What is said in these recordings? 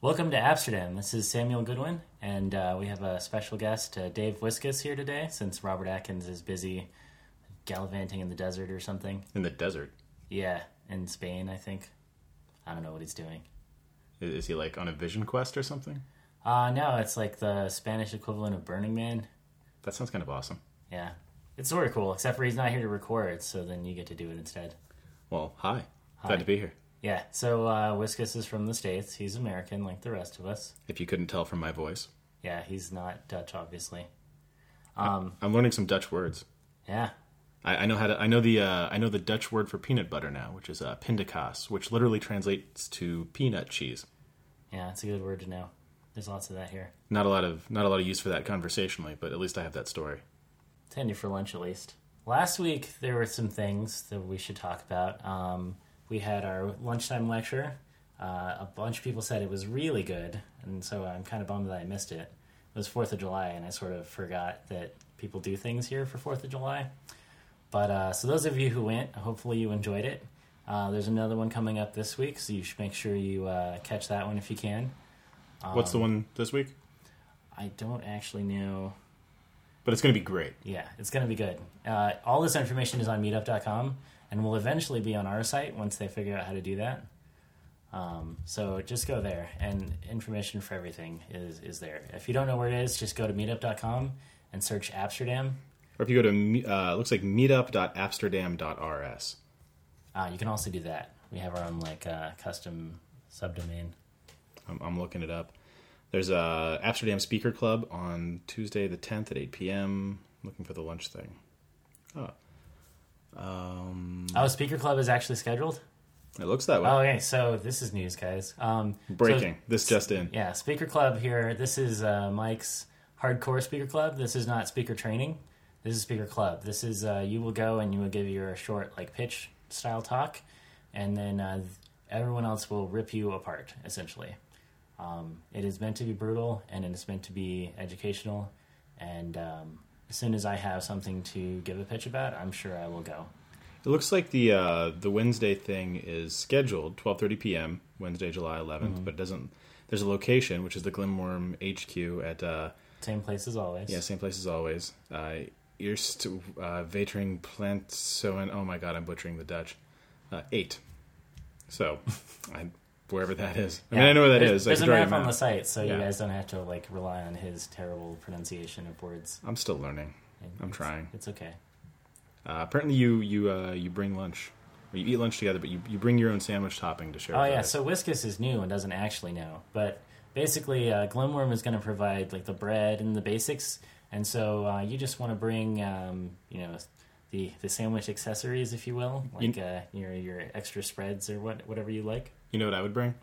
Welcome to Amsterdam. This is Samuel Goodwin, and uh, we have a special guest, uh, Dave Wiskus, here today. Since Robert Atkins is busy gallivanting in the desert or something, In the desert. yeah, in Spain, I think. I don't know what he's doing. I- Is he like on a vision quest or something? Uh no, it's like the Spanish equivalent of Burning Man. That sounds kind of awesome. Yeah, it's sort of cool, except for he's not here to record, so then you get to do it instead. Well, hi. Glad to be here. Yeah, so uh, Wiskus is from the States. He's American, like the rest of us. If you couldn't tell from my voice, Yeah, he's not Dutch, obviously. I'm learning some Dutch words. Yeah, I, I know how to. I know the. Uh, I know the Dutch word for peanut butter now, which is uh, pindakaas, which literally translates to peanut cheese. yeah, it's a good word to know. There's lots of that here. Not a lot of not a lot of use for that conversationally, but at least I have that story. Tend you for lunch at least. Last week there were some things that we should talk about. Um, we had our lunchtime lecture. Uh, a bunch of people said it was really good, and so I'm kind of bummed that I missed it. It was Fourth of July, and I sort of forgot that people do things here for Fourth of July. But uh, so those of you who went, hopefully you enjoyed it. Uh, there's another one coming up this week, so you should make sure you uh, catch that one if you can. What's the one this week? I don't actually know. But it's going to be great. Yeah, it's going to be good. Uh, all this information is on meetup.com and will eventually be on our site once they figure out how to do that. Um, so just go there, and information for everything is, is there. If you don't know where it is, just go to meetup.com and search Amsterdam. Or if you go to me- uh, looks like meetup.amsterdam.rs. Uh, you can also do that. We have our own like uh, custom subdomain. I'm, I'm looking it up. There's a Amsterdam Speaker Club on Tuesday the 10th at 8 p.m. Looking for the lunch thing. Oh, Oh, Speaker Club is actually scheduled. it looks that way. Oh, okay, so this is news, guys. Um, so- Breaking. this just in. Yeah, speaker club here. This is uh, Mike's hardcore speaker club. This is not speaker training. This is speaker club. This is uh, you will go and you will give your short like pitch style talk, and then uh, everyone else will rip you apart essentially. Um, it is meant to be brutal and it is meant to be educational. And um, as soon as I have something to give a pitch about, I'm sure I will go. It looks like the uh, the Wednesday thing is scheduled 12:30 p.m. Wednesday, July 11th, but it doesn't. There's a location which is the Glimworm HQ at uh, Same place as always. yeah same place as always. Uh, Eerst uh, Vetering Plant so and oh my god I'm butchering the Dutch. Uh, eight. So, I, wherever that is. I mean I know where that there's, is. I There's can a draw you map on the map. site, so you Yeah. guys don't have to like rely on his terrible pronunciation of words. I'm still learning. I'm It's- trying. It's okay. Uh, apparently, you you uh, you bring lunch, or you eat lunch together, but you, you bring your own sandwich topping to share. Oh with yeah, others. so Whiskus is new and doesn't actually know, but basically, uh, Glimworm is going to provide like the bread and the basics, and so uh, you just want to bring, um, you know, the the sandwich accessories, if you will, like uh, your your extra spreads or what whatever you like. you know what I would bring?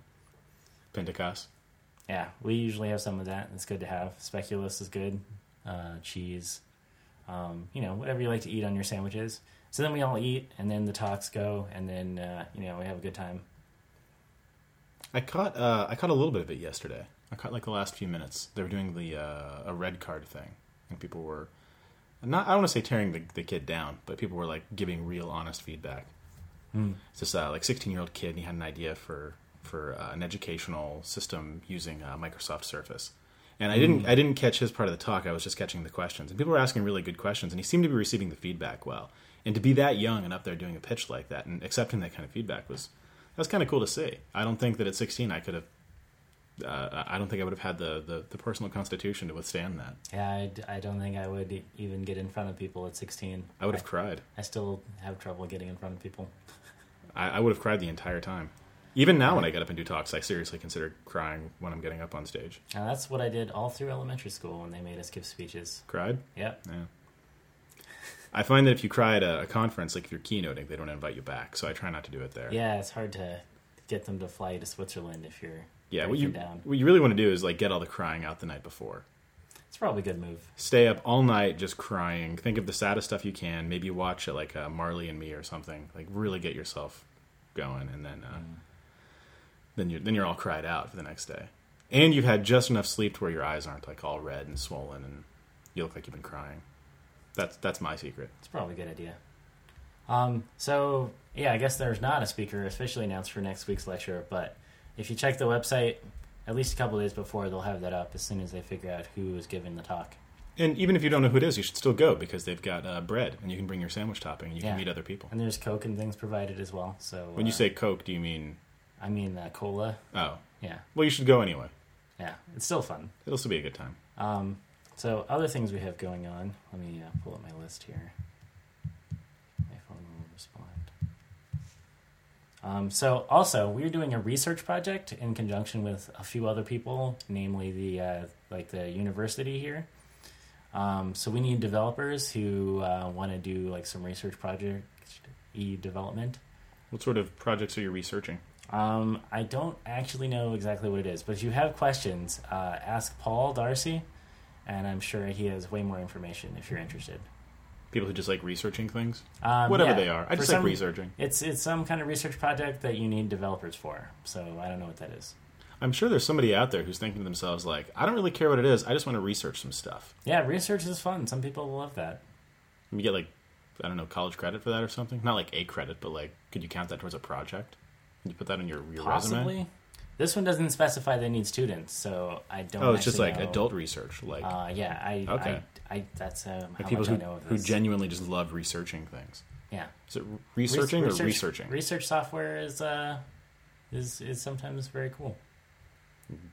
Pentecost. Yeah, we usually have some of that. It's good to have. Speculoos is good. Uh, cheese, um, you know, whatever you like to eat on your sandwiches. So then we all eat, and then the talks go, and then uh, you know we have a good time. I caught uh, I caught a little bit of it yesterday. I caught like the last few minutes. They were doing the uh, a red card thing, and people were not. I don't want to say tearing the, the kid down, but people were like giving real honest feedback. It's this uh, like 16 year old kid, and he had an idea for for uh, an educational system using uh, Microsoft Surface. And I didn't I didn't catch his part of the talk. I was just catching the questions, and people were asking really good questions, and he seemed to be receiving the feedback well. And to be that young and up there doing a pitch like that and accepting that kind of feedback was that's kind of cool to see. I don't think that at 16 I could have. Uh, I don't think I would have had the, the, the personal constitution to withstand that. Yeah, I, d- I don't think I would e- even get in front of people at 16. I would have cried. I still have trouble getting in front of people. I, I would have cried the entire time. Even now, when I get up and do talks, I seriously consider crying when I'm getting up on stage. And that's what I did all through elementary school when they made us give speeches. Cried? Yep. Yeah. I find that if you cry at a, a conference, like if you're keynoting, they don't invite you back. So I try not to do it there. Yeah, it's hard to get them to fly you to Switzerland if you're Yeah. What breaking you down. what you really want to do is like get all the crying out the night before. It's probably a good move. Stay up all night just crying. Think of the saddest stuff you can. Maybe watch it like uh, Marley and Me or something. Like really get yourself going, and then uh, Mm. then you're then you're all cried out for the next day. And you've had just enough sleep to where your eyes aren't like all red and swollen, and you look like you've been crying. That's that's my secret. It's probably a good idea. Um, so, yeah, I guess there's not a speaker officially announced for next week's lecture, but if you check the website, at least a couple days before they'll have that up as soon as they figure out who was giving the talk. And even if you don't know who it is, you should still go because they've got uh, bread, and you can bring your sandwich topping, and you Yeah. can meet other people. And there's Coke and things provided as well. So When you uh, say Coke, do you mean I mean uh, cola, oh? yeah, Well, you should go anyway. yeah, it's still fun. It'll still be a good time. Um, so other things we have going on. Let me uh, pull up my list here. My phone will respond. Um, so also, we're doing a research project in conjunction with a few other people, namely the uh, like the university here. Um, so we need developers who uh, want to do like some research project e development. What sort of projects are you researching? Um, I don't actually know exactly what it is, but if you have questions, uh, ask Paul Darcy, and I'm sure he has way more information if you're interested. People who just like researching things, Um, whatever yeah, they are. I for just like some- researching. It's it's some kind of research project that you need developers for, so I don't know what that is. I'm sure there's somebody out there who's thinking to themselves like, I don't really care what it is. I just want to research some stuff. Yeah, research is fun. Some people love that. And you get like, I don't know, college credit for that or something. Not like a credit, but like, could you count that towards a project? Could you put that on your, your Possibly. resume? This one doesn't specify they need students, so I don't. Oh, it's just actually like know. adult research, like Uh, yeah, I, Okay. I, I that's um, how people much who, I know of who this. genuinely just love researching things. yeah. Is it researching Research- or researching? Research software is uh, is is sometimes very cool.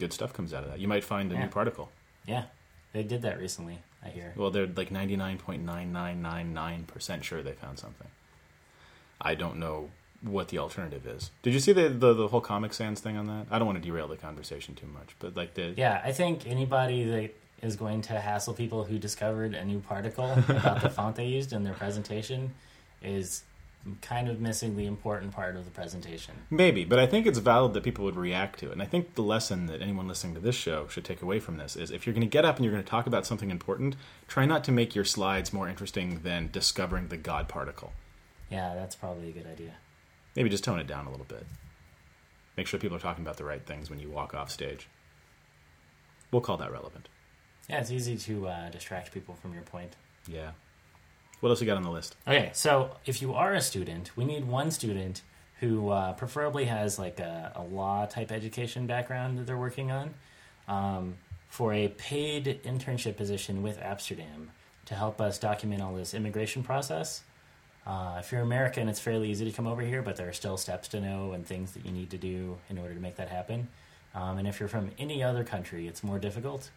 Good stuff comes out of that. You might find a Yeah. new particle. Yeah, they did that recently. I hear. Well, they're like 99.9999% sure they found something. I don't know what the alternative is. Did you see the, the, the whole Comic Sans thing on that? I don't want to derail the conversation too much, but like the. Yeah, I think anybody that is going to hassle people who discovered a new particle about the font they used in their presentation is kind of missing the important part of the presentation. Maybe, but I think it's valid that people would react to it. And I think the lesson that anyone listening to this show should take away from this is if you're going to get up and you're going to talk about something important, try not to make your slides more interesting than discovering the God particle. Yeah, that's probably a good idea. Maybe just tone it down a little bit. Make sure people are talking about the right things when you walk off stage. We'll call that relevant. Yeah, it's easy to uh, distract people from your point. Yeah. What else we got on the list? Okay, so if you are a student, we need one student who uh, preferably has like a, a law type education background that they're working on um, for a paid internship position with Amsterdam to help us document all this immigration process. Uh, if you're American, it's fairly easy to come over here, but there are still steps to know and things that you need to do in order to make that happen. Um, and if you're from any other country, it's more difficult.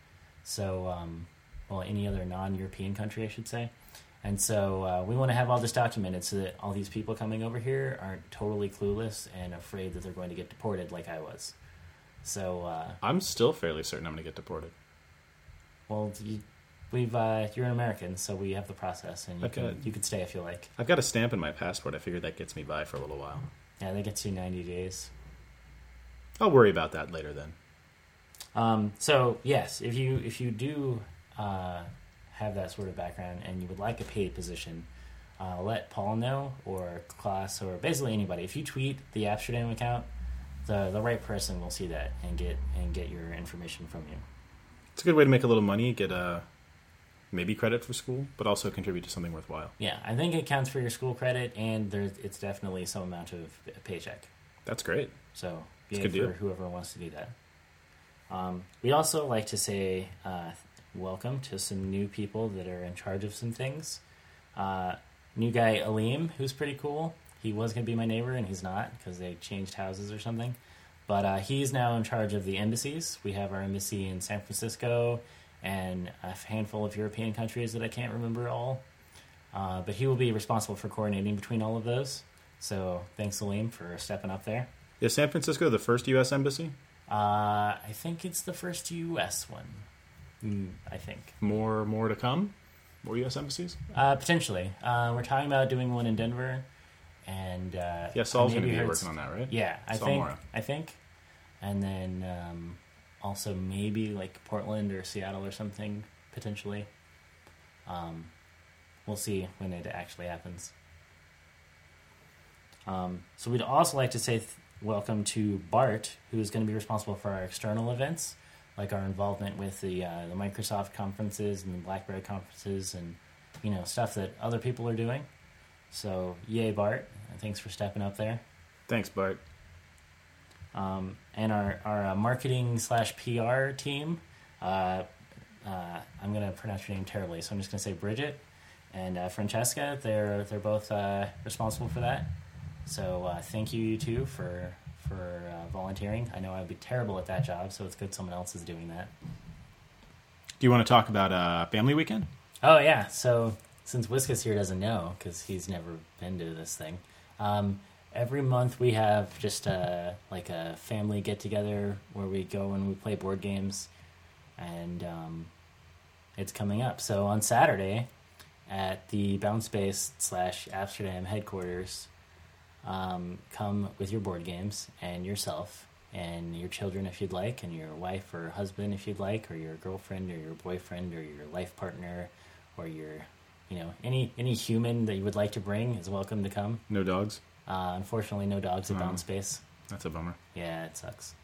So, um, well, any other non European country, I should say. And so uh, we want to have all this documented so that all these people coming over here aren't totally clueless and afraid that they're going to get deported like I was. So, uh, I'm still fairly certain I'm going to get deported. well, you, we've uh, you're an American, so we have the process, and you Okay. can you can stay if you like. I've got a stamp in my passport. I figured that gets me by for a little while. Yeah, they get you 90 days. I'll worry about that later then. Um, so yes, if you if you do uh, have that sort of background and you would like a paid position, uh, let Paul know or class or basically anybody. If you tweet the Amsterdam account, the the right person will see that and get and get your information from you. It's a good way to make a little money, get uh, maybe credit for school, but also contribute to something worthwhile. Yeah, I think it counts for your school credit, and there's it's definitely some amount of a paycheck. That's great. So It's yay a for good deal. whoever wants to do that. Um, we also like to say uh, welcome to some new people that are in charge of some things. Uh, new guy Aleem, who's pretty cool. He was going to be my neighbor, and he's not because they changed houses or something. But uh, he's now in charge of the embassies. We have our embassy in San Francisco and a handful of European countries that I can't remember all. Uh, but he will be responsible for coordinating between all of those. So thanks, Aleem, for stepping up there. Is San Francisco the first U.S. embassy? Uh, I think it's the first U.S. one. Hmm. Mm, I think More, more to come. More U.S. embassies. uh, potentially. Uh, we're talking about doing one in Denver, and uh, Yeah, Saul's I going to maybe be heard- working on that, right? Yeah, I Saul think. Mora. I think, and then um, also maybe like Portland or Seattle or something potentially. Um, we'll see when it actually happens. Um, so we'd also like to say th- welcome to Bart, who is going to be responsible for our external events, like our involvement with the uh, the Microsoft conferences and the BlackBerry conferences, and you know stuff that other people are doing. So yay, Bart! Thanks for stepping up there. Thanks, Bart. Um, and our our uh, marketing slash PR team, uh, uh, I'm gonna pronounce your name terribly, so I'm just gonna say Bridget and uh, Francesca. They're they're both uh, responsible for that. So uh, thank you you two for for uh, volunteering. I know I'd be terrible at that job, so it's good someone else is doing that. Do you want to talk about uh, family weekend? Oh yeah. So since Whiskas here doesn't know because he's never been to this thing, um, every month we have just a like a family get together where we go and we play board games, and um, it's coming up. So on Saturday, at the Bounce Base slash Amsterdam headquarters, um, come with your board games and yourself and your children if you'd like, and your wife or husband if you'd like, or your girlfriend or your boyfriend or your life partner or your, you know, any any human that you would like to bring is welcome to come. No dogs. Uh, unfortunately, no dogs at Hmm. Bound Space. That's a bummer. Yeah, it sucks.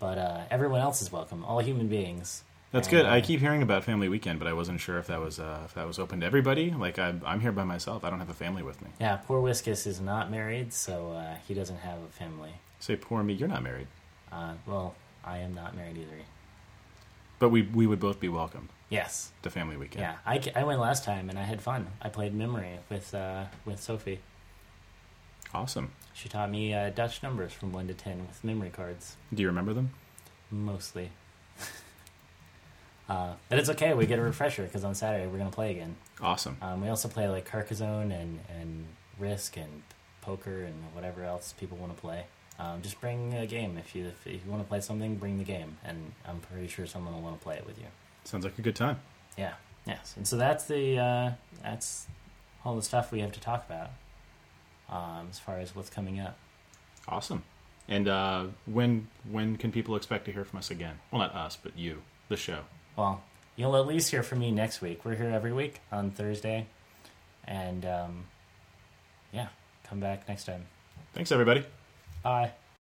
But uh, everyone else is welcome. All human beings. That's And, good. I uh, keep hearing about family weekend, but I wasn't sure if that was uh, if that was open to everybody. Like I'm, I'm here by myself. I don't have a family with me. Yeah, poor Whiskus is not married, so uh, he doesn't have a family. Say, poor me. You're not married, Uh, well, I am not married either. but we we would both be welcomed Yes. to family weekend. Yeah, I, ca- I went last time and I had fun. I played Memory with uh, with Sophie. Awesome. She taught me uh, Dutch numbers from one to ten with memory cards, Do you remember them? mostly. uh, but it's okay. We get a refresher because on Saturday we're gonna play again. Awesome. Um, we also play like Carcassonne and and Risk and poker and whatever else people want to play. Um, just bring a game if you if you want to play something, bring the game, and I'm pretty sure someone will want to play it with you. Sounds like a good time. Yeah. Yes. And so that's the uh, that's all the stuff we have to talk about um, as far as what's coming up. Awesome. And uh, when when can people expect to hear from us again? Well, not us, but you, the show. Well, you'll at least hear from me next week. We're here every week on Thursday, and um, yeah, come back next time. Thanks, everybody. Bye.